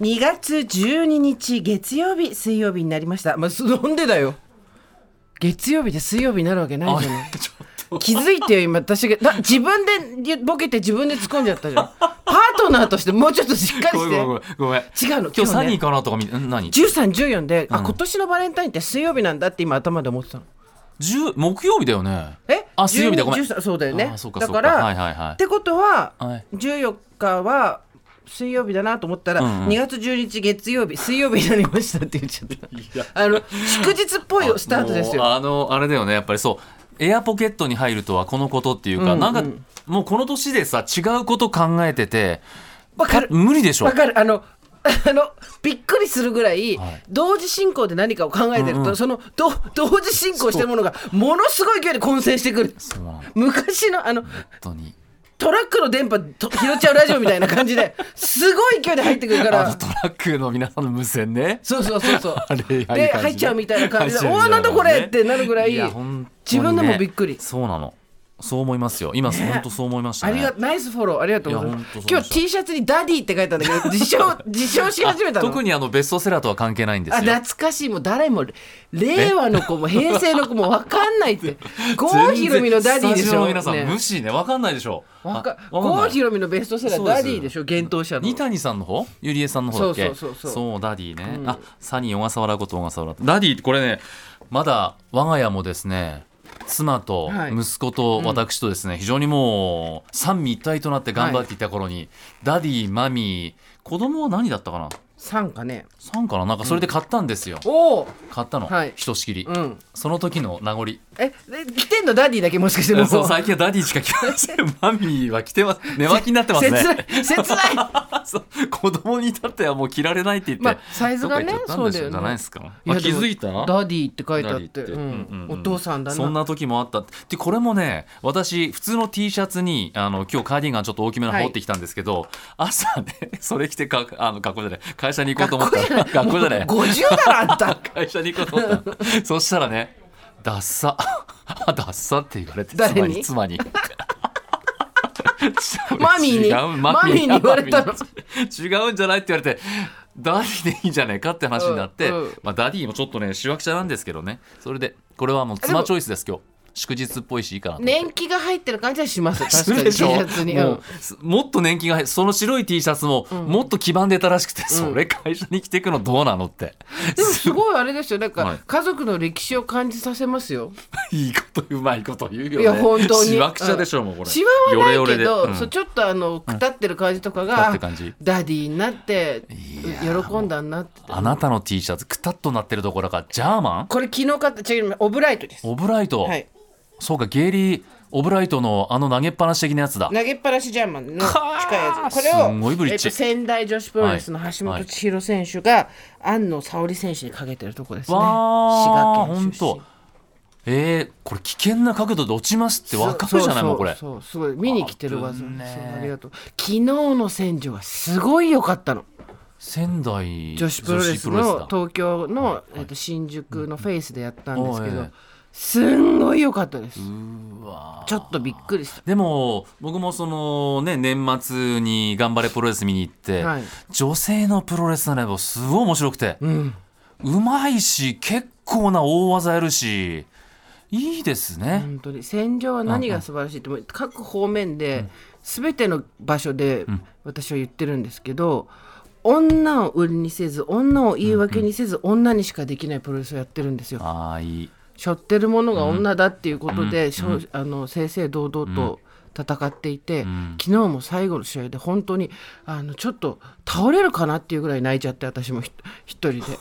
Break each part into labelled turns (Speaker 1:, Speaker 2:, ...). Speaker 1: 2月12日月曜日水曜日になりましたまあすなんでだよ月曜日で水曜日になるわけないじゃない
Speaker 2: あちょっと
Speaker 1: 気づいてよ今私がだ自分でボケて自分で突っ込んじゃったじゃんパートナーとしてもうちょっとしっかり
Speaker 2: ご
Speaker 1: し
Speaker 2: めん
Speaker 1: て
Speaker 2: ごめんごめんごめ
Speaker 1: 違
Speaker 2: ん
Speaker 1: うの
Speaker 2: 今日サ
Speaker 1: ね
Speaker 2: ニーかなとか見てん何10
Speaker 1: 1314で、あ今年のバレンタインって水曜日なんだって今頭で思ってたの
Speaker 2: 木曜日だよね
Speaker 1: え
Speaker 2: あ水曜日だ
Speaker 1: 12
Speaker 2: ごめん
Speaker 1: 13そうだよね
Speaker 2: あそうかそ
Speaker 1: だ
Speaker 2: うか
Speaker 1: から、
Speaker 2: はいはいはい
Speaker 1: ってことは、
Speaker 2: はい
Speaker 1: 14日は水曜日だなと思ったら、
Speaker 2: うんうん
Speaker 1: 2月12日月曜日水曜日になりましたって言っちゃ ったあの祝日っぽいスタートです
Speaker 2: もう
Speaker 1: よ
Speaker 2: あのあれだよねやっぱりそうエアポケットに入るとはこのことっていうか、
Speaker 1: うん
Speaker 2: なんか
Speaker 1: うん
Speaker 2: もうこの年でさ違うこと考えてて
Speaker 1: わかる
Speaker 2: 無理でしょ
Speaker 1: わかるあの あのびっくりするぐらい、
Speaker 2: はい
Speaker 1: 同時進行で何かを考えてると、そのど同時進行してるものがものすごい勢いで混戦してくる
Speaker 2: そうなの本
Speaker 1: 昔のあの
Speaker 2: 当に
Speaker 1: トラックの電波と拾っちゃうラジオみたいな感じですごい勢いで入ってくるか
Speaker 2: あの
Speaker 1: ら
Speaker 2: トラックの皆さんの無線ね
Speaker 1: そうそうそうそう
Speaker 2: あれああいう感じね
Speaker 1: で入っちゃうみたいな感じで「
Speaker 2: 入っちゃう
Speaker 1: お
Speaker 2: み
Speaker 1: お
Speaker 2: たいな
Speaker 1: なんだこれ!」ってなるぐらい
Speaker 2: いや本当
Speaker 1: 自
Speaker 2: にね
Speaker 1: 分でもびっくり
Speaker 2: そうなのそう思いますよ今、本当そう思いました
Speaker 1: あ
Speaker 2: ね
Speaker 1: りがナイスフォローありがとうござい
Speaker 2: いや
Speaker 1: ます
Speaker 2: 本当そう
Speaker 1: 今
Speaker 2: でし
Speaker 1: 日
Speaker 2: た
Speaker 1: T シャツに「ダディ」って書いたんだ けど自称自称し始めたの
Speaker 2: 特にあのベストセラーとは関係ないんで
Speaker 1: あ
Speaker 2: すよ
Speaker 1: 懐かしいもう誰も令和の子も平成の子も分かんないって 郷ひろみのダディで
Speaker 2: スタ
Speaker 1: し
Speaker 2: ジオ
Speaker 1: ょ
Speaker 2: の皆さん、
Speaker 1: ね
Speaker 2: 無視ね分かんないでしょ
Speaker 1: わか
Speaker 2: あわ
Speaker 1: 郷
Speaker 2: ない
Speaker 1: ひろみのベストセラーダディでしょ厳冬者の
Speaker 2: 二谷さんの方ゆりえさんの方だっけ
Speaker 1: そうそうそうそう
Speaker 2: ダディね、あサニー小笠原こと小笠原ダディこれねまだ我が家もですね妻と
Speaker 1: はい
Speaker 2: 息子と私とですね、非常にもう三位一体となって頑張っていた頃に、ダディマミー子供は何だったかな
Speaker 1: 3かね
Speaker 2: 3かななんかそれで買ったんですよ、
Speaker 1: おお
Speaker 2: 買ったの、
Speaker 1: はい
Speaker 2: ひとしきり、
Speaker 1: うん
Speaker 2: その時の名残
Speaker 1: えで来てんのダディだけもしかしても
Speaker 2: そう最近はダディしか来ませんマミーは来てます寝巻きになってますね
Speaker 1: 切ない切ない
Speaker 2: そう子供に至ってはもう着られないって言って、
Speaker 1: まあサイズがね
Speaker 2: どっか行っちゃったんです
Speaker 1: そうだよね
Speaker 2: じゃないですか
Speaker 1: いや
Speaker 2: あ
Speaker 1: で
Speaker 2: 気
Speaker 1: も
Speaker 2: づいた
Speaker 1: ダディって書いてあっ
Speaker 2: ダディ
Speaker 1: て、う
Speaker 2: うん
Speaker 1: ん
Speaker 2: うん
Speaker 1: お父さんだな
Speaker 2: そんな時もあったでこれもね私普通の T シャツにあの今日カーディガンちょっと大きめの
Speaker 1: はい
Speaker 2: 羽織ってきたんですけど、朝ねそれ着てかあの学校じゃない会社に行こうと思ったら学校じゃない
Speaker 1: 五十だろあんた
Speaker 2: 会社に行こうと思ったの そしたらね「ダッサ」 「ダッサ」って言われて
Speaker 1: 誰に
Speaker 2: 妻に妻 に
Speaker 1: マミーに
Speaker 2: 違う
Speaker 1: マミーに言われたの
Speaker 2: マミーに違うんじゃないって言われてダディでいいんじゃないかって話になって、
Speaker 1: うんうん
Speaker 2: まあ、ダディもちょっとねしわくちゃなんですけどねそれでこれはもう
Speaker 1: でも
Speaker 2: 妻チョイスです今日祝日っぽいしいいかなと思って
Speaker 1: 年季が入ってる感じはします
Speaker 2: す
Speaker 1: 確か
Speaker 2: る
Speaker 1: に
Speaker 2: で
Speaker 1: T
Speaker 2: し
Speaker 1: シ
Speaker 2: ょ
Speaker 1: ャツにう
Speaker 2: も
Speaker 1: ん
Speaker 2: うすもっと年季が入その白い T シャツも、もっと黄ばんでたらしくて、それ会社に着てくのどうなのって
Speaker 1: でもすごいあれですよなん
Speaker 2: は
Speaker 1: か
Speaker 2: い
Speaker 1: 家族の歴史を感じさせますよ
Speaker 2: いいことうまいこと言うよね。
Speaker 1: いや本当に
Speaker 2: しわくちゃでしょ、もうこれ。
Speaker 1: シワはないけど
Speaker 2: ヨレヨレでうん
Speaker 1: そうちょっとあのくたってる感じとか
Speaker 2: くた
Speaker 1: が、
Speaker 2: って感じ
Speaker 1: ダディになって
Speaker 2: いや
Speaker 1: 喜んだんなって
Speaker 2: あなたの T シャツ、くたっとなってるところが、ジャーマン
Speaker 1: これ昨日買った違うオブライトです
Speaker 2: オブライト、
Speaker 1: はい
Speaker 2: そうか、ゲイリー・オブライトのあの投げっぱなし的なやつだ。
Speaker 1: 投げっぱなしジャーマンの近いやつこれ
Speaker 2: すごいブ
Speaker 1: を、
Speaker 2: リ
Speaker 1: え
Speaker 2: ッ
Speaker 1: っ
Speaker 2: ジ
Speaker 1: と、仙台女子プロレスの橋本千尋選手が、安野沙織選手にかけてるとこですね
Speaker 2: わー
Speaker 1: 滋賀県出
Speaker 2: ほん
Speaker 1: 身
Speaker 2: とえー、これ危険な角度で落ちますってわかるじゃないもうこれ。
Speaker 1: そうそうすごい見に来てるわ
Speaker 2: あ
Speaker 1: そう
Speaker 2: ぶねえ
Speaker 1: ありがとう昨日の選女はすごい良かったの
Speaker 2: 仙台
Speaker 1: 女子プロレス
Speaker 2: 女子プロ
Speaker 1: の
Speaker 2: レスだ
Speaker 1: 東京の、えっと、新宿のフェイスでやったんですけど、
Speaker 2: うんうん
Speaker 1: すんごい良かったです
Speaker 2: うわー
Speaker 1: ちょっとびっくりした
Speaker 2: でも僕もそのね年末に頑張れプロレス見に行って、
Speaker 1: はい
Speaker 2: 女性のプロレスのライブすごい面白くて、
Speaker 1: うん
Speaker 2: うまいし結構な大技やるしいいですね、
Speaker 1: 本当に戦場は何が素晴らしいってもう各方面で全ての場所で私は言ってるんですけど女を売りにせず女を言い訳にせず女にしかできないプロレスをやってるんですよ。
Speaker 2: ああいい
Speaker 1: 背負ってるものが女だっていうことでしょあの正々堂々と戦っていて昨日も最後の試合で本当にあのちょっと倒れるかなっていうぐらい泣いちゃって私もひ一人 で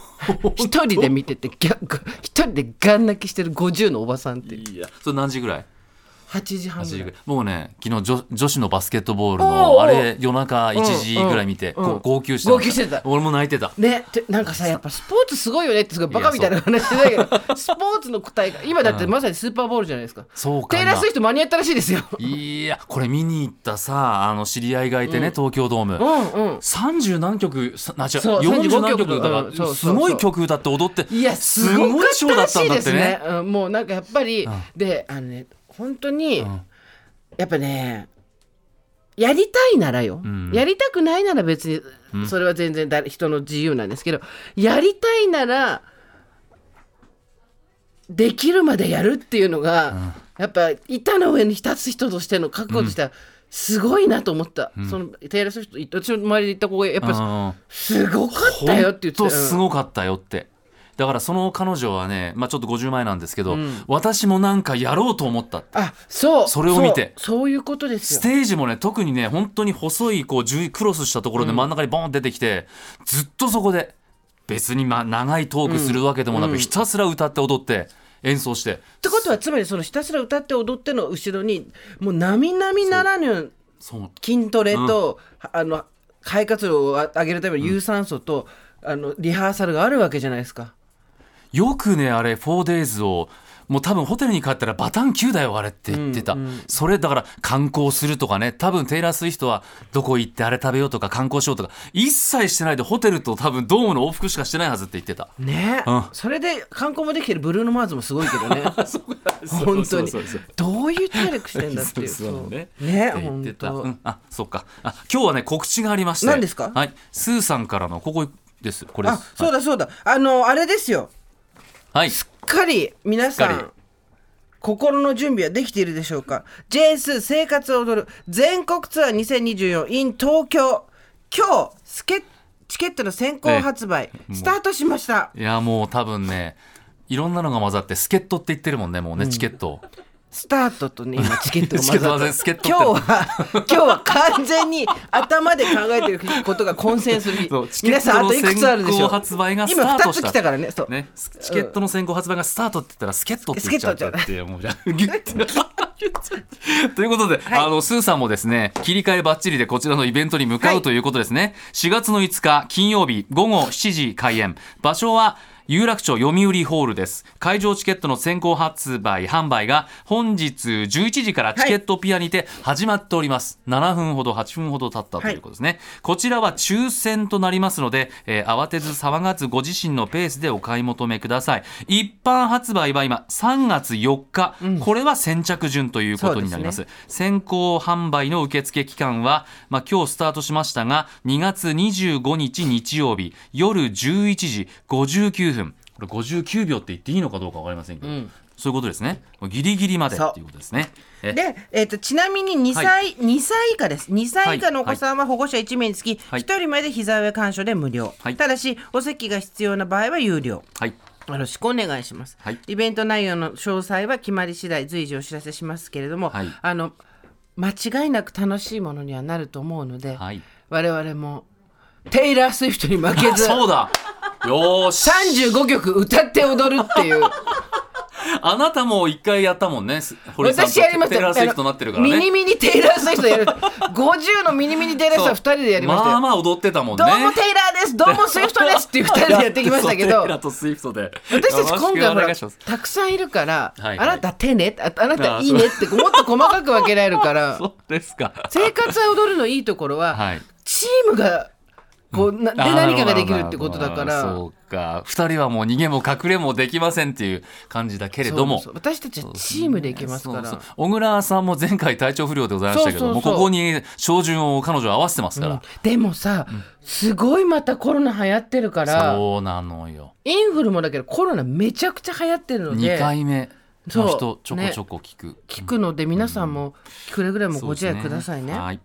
Speaker 1: 一人で見てて逆一人でガン泣きしてる50のおばさんっていう
Speaker 2: いやそれ何時ぐらい
Speaker 1: 8時半
Speaker 2: 8時
Speaker 1: ぐら
Speaker 2: ぐら
Speaker 1: い
Speaker 2: い僕ね昨日女女子のバスケットボール
Speaker 1: おうおう
Speaker 2: のあれ夜中1時ぐらい見て、
Speaker 1: うんうん
Speaker 2: こう号泣してま
Speaker 1: 号泣してた
Speaker 2: 俺も泣いてた
Speaker 1: ね、てなんかさやっぱスポーツすごいよねってすごいバカみたいな話してないけどスポーツの答えが今だってまさにスーパーボールじゃないですか、
Speaker 2: そうか
Speaker 1: テイ
Speaker 2: な
Speaker 1: ラー・スウィフト間に合ったらしいですよ
Speaker 2: いやこれ見に行ったさあの知り合いがいてね、東京ドーム、
Speaker 1: うんうん
Speaker 2: 30何曲さな違う
Speaker 1: そう
Speaker 2: 40何
Speaker 1: 曲
Speaker 2: 曲だから、
Speaker 1: うんそうそうそう
Speaker 2: すごい曲歌って踊って
Speaker 1: いやすごか
Speaker 2: いショーだ
Speaker 1: っ
Speaker 2: った
Speaker 1: た
Speaker 2: ん
Speaker 1: らしいで
Speaker 2: だって
Speaker 1: す
Speaker 2: ね
Speaker 1: ねうん、もうなんかやっぱり、であのね本当に、やっぱねやりたいならよ、
Speaker 2: うん
Speaker 1: やりたくないなら別
Speaker 2: うん
Speaker 1: にそれは全然だ人の自由なんですけどやりたいならできるまでやるっていうのが、やっぱ板の上に立つ人としての覚悟としてはすごいなと思った、そのテイラー・スウィフト私の周りで行った子がやっぱ
Speaker 2: うん
Speaker 1: すごかったよって言ってた
Speaker 2: ほんとすごかったよってだからその彼女はね、まあ、ちょっと50前なんですけど、私もなんかやろうと思ったって
Speaker 1: あそう
Speaker 2: それを見て
Speaker 1: そうそういうことです
Speaker 2: ス
Speaker 1: よ
Speaker 2: テージもね特にね本当に細いこう十クロスしたところで真ん中にボーン出てきて、ずっとそこで別にまあ長いトークするわけでもなく、
Speaker 1: うん
Speaker 2: ひたすら歌って踊って演奏して
Speaker 1: ってことはつまりそのひたすら歌って踊っての後ろにもう並々ならぬ
Speaker 2: そう
Speaker 1: 筋トレと、あの肺活量を上げるための有酸素と、あのリハーサルがあるわけじゃないですか。
Speaker 2: よくねあれ 4days をもう多分ホテルに帰ったらバタン9だよあれって言ってた、それだから観光するとかね多分テイラー・スウィフトはどこ行ってあれ食べようとか観光しようとか一切してないでホテルと多分ドームの往復しかしてないはずって言ってた
Speaker 1: ね、
Speaker 2: うん
Speaker 1: それで観光もできてるブルーノ・マーズもすごいけど ね本当に
Speaker 2: そうそうそう
Speaker 1: どういう体力してんだっていう
Speaker 2: そうそうね
Speaker 1: そうね
Speaker 2: って言っ
Speaker 1: 本
Speaker 2: てた、う
Speaker 1: 当
Speaker 2: ん、あそうかあ今日はね告知がありまして
Speaker 1: 何ですか
Speaker 2: はい、スーさんからのここですこれで
Speaker 1: あ
Speaker 2: す
Speaker 1: そうだそうだあのあれですよ
Speaker 2: はい
Speaker 1: しっかり皆さ
Speaker 2: しっかり
Speaker 1: ん心の準備はできているでしょうか ?JS 生活を踊る全国ツアー2024 in 東京今日スケチケットの先行発売
Speaker 2: え
Speaker 1: スタートしました
Speaker 2: いやもう多分ねいろんなのが混ざって助っ人って言ってるもんねもうね、チケットを
Speaker 1: スタートとね今チケットが混ざって
Speaker 2: チケット
Speaker 1: 今
Speaker 2: が
Speaker 1: 日
Speaker 2: 混
Speaker 1: は今日は完全に頭で考えてることが混戦する日
Speaker 2: そうチケ
Speaker 1: 皆
Speaker 2: ッ
Speaker 1: さん
Speaker 2: ト
Speaker 1: あ
Speaker 2: の
Speaker 1: といくつある
Speaker 2: 先
Speaker 1: でしょ
Speaker 2: 行
Speaker 1: う
Speaker 2: 発売がスタ
Speaker 1: 今
Speaker 2: ート
Speaker 1: 2
Speaker 2: し
Speaker 1: つ
Speaker 2: た
Speaker 1: 来たからねそう
Speaker 2: ね、スチケットの先行発売がスタートって言ったらスケットって言っちゃったっていうもうじゃあギュッてということで、
Speaker 1: はい
Speaker 2: あのスーさんもですね切り替えばっちりでこちらのイベントに向か
Speaker 1: は
Speaker 2: う
Speaker 1: い
Speaker 2: ということですね、4月の5日金曜日午後7時開演場所は有楽町読売ホールです会場チケットの先行発売販売が本日11時からチケットピアにて始まっております、7分ほど8分ほど経ったということですね、こちらは抽選となりますので、えー慌てず騒がずご自身のペースでお買い求めください一般発売は今3月4日、これは先着順ということになります
Speaker 1: そう
Speaker 2: 先行販売の受付期間は、まあ、今日スタートしましたが2月25日日曜日夜11時59分これ59秒って言っていいのかどうか分かりませんけど、そういうことですねギリギリまで
Speaker 1: そう
Speaker 2: っていうことですねえ
Speaker 1: で、えー、とちなみに2歳、
Speaker 2: は
Speaker 1: 2歳以下です2歳以下のお子さんは保護者1名につき1
Speaker 2: はい
Speaker 1: 人まで膝上鑑賞で無料、
Speaker 2: はい
Speaker 1: ただしお席が必要な場合は有料
Speaker 2: はい
Speaker 1: よろしくお願いします、
Speaker 2: はい
Speaker 1: イベント内容の詳細は決まり次第随時お知らせしますけれども、
Speaker 2: はい
Speaker 1: あの間違いなく楽しいものにはなると思うので、
Speaker 2: はい
Speaker 1: 我々もテイラー・スウィフトに負け
Speaker 2: あ
Speaker 1: ず
Speaker 2: そうだよーし
Speaker 1: 35曲歌って踊るっていう。
Speaker 2: あなたも一回やったもんねす堀さんと
Speaker 1: 私やりました
Speaker 2: テイラー・スウィフトになってるからね
Speaker 1: あのミニミニテイラー・スウィフトやる50のミニミニテイラー・スウィフトは2人でやりました
Speaker 2: ま
Speaker 1: よ
Speaker 2: あまあ踊ってたもん
Speaker 1: ど
Speaker 2: ね
Speaker 1: うもテイラーです、どうもスイフトですっていう2人でやってき ましたけ
Speaker 2: テイラー
Speaker 1: ど、
Speaker 2: とスイフトで
Speaker 1: 私たち今回
Speaker 2: よ
Speaker 1: ほら、
Speaker 2: ろしくお願いします
Speaker 1: たくさんいるから、
Speaker 2: はいはい
Speaker 1: あなた手ね、ああなたいいねって、もっと細かく分けられるから
Speaker 2: そ、うですか
Speaker 1: 生活は踊るのいいところは、
Speaker 2: はい
Speaker 1: チームが、こう、なで何かができるってことだか
Speaker 2: あー
Speaker 1: ら、
Speaker 2: そうか2人はもう逃げも隠れもできませんっていう感じだけれども
Speaker 1: そうそう私たちはチームでいきますから、
Speaker 2: そうそう小倉さんも前回体調不良でございましたけども
Speaker 1: そうそうそう
Speaker 2: ここに照準を彼女は合わせてますから、
Speaker 1: でもさ、すごいまたコロナ流行ってるから、
Speaker 2: そうなのよ
Speaker 1: インフルもだけどコロナめちゃくちゃ流行ってるので
Speaker 2: 2回目
Speaker 1: そ
Speaker 2: の人
Speaker 1: う
Speaker 2: ちょこちょこ聞く、
Speaker 1: 聞くので皆さんもくれぐれもご自愛くださいね。
Speaker 2: そうですはい